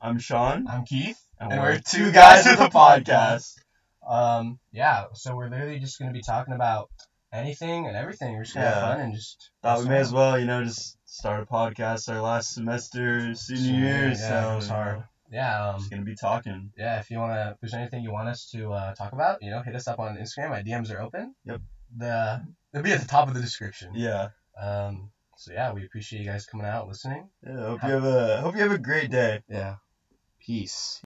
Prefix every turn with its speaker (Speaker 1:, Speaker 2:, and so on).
Speaker 1: I'm Sean,
Speaker 2: I'm Keith,
Speaker 1: and,
Speaker 2: and, we're two guys with a podcast. Um, yeah, so we're literally just gonna be talking about anything and everything. We're just gonna
Speaker 1: Yeah.
Speaker 2: have fun and just.
Speaker 1: Thought we may as well, you know, just start a podcast. Our last semester, senior year, so
Speaker 2: it was hard. Yeah. Um,
Speaker 1: Just gonna be talking.
Speaker 2: yeah. If you wanna, if there's anything you want us to uh, talk about, you know, hit us up on Instagram. My DMs are open.
Speaker 1: Yep.
Speaker 2: The they'll be at the top of the description.
Speaker 1: Yeah.
Speaker 2: Um. So yeah, we appreciate you guys coming out, listening.
Speaker 1: Yeah. Hope you have a hope you have a great day.
Speaker 2: Yeah. Peace.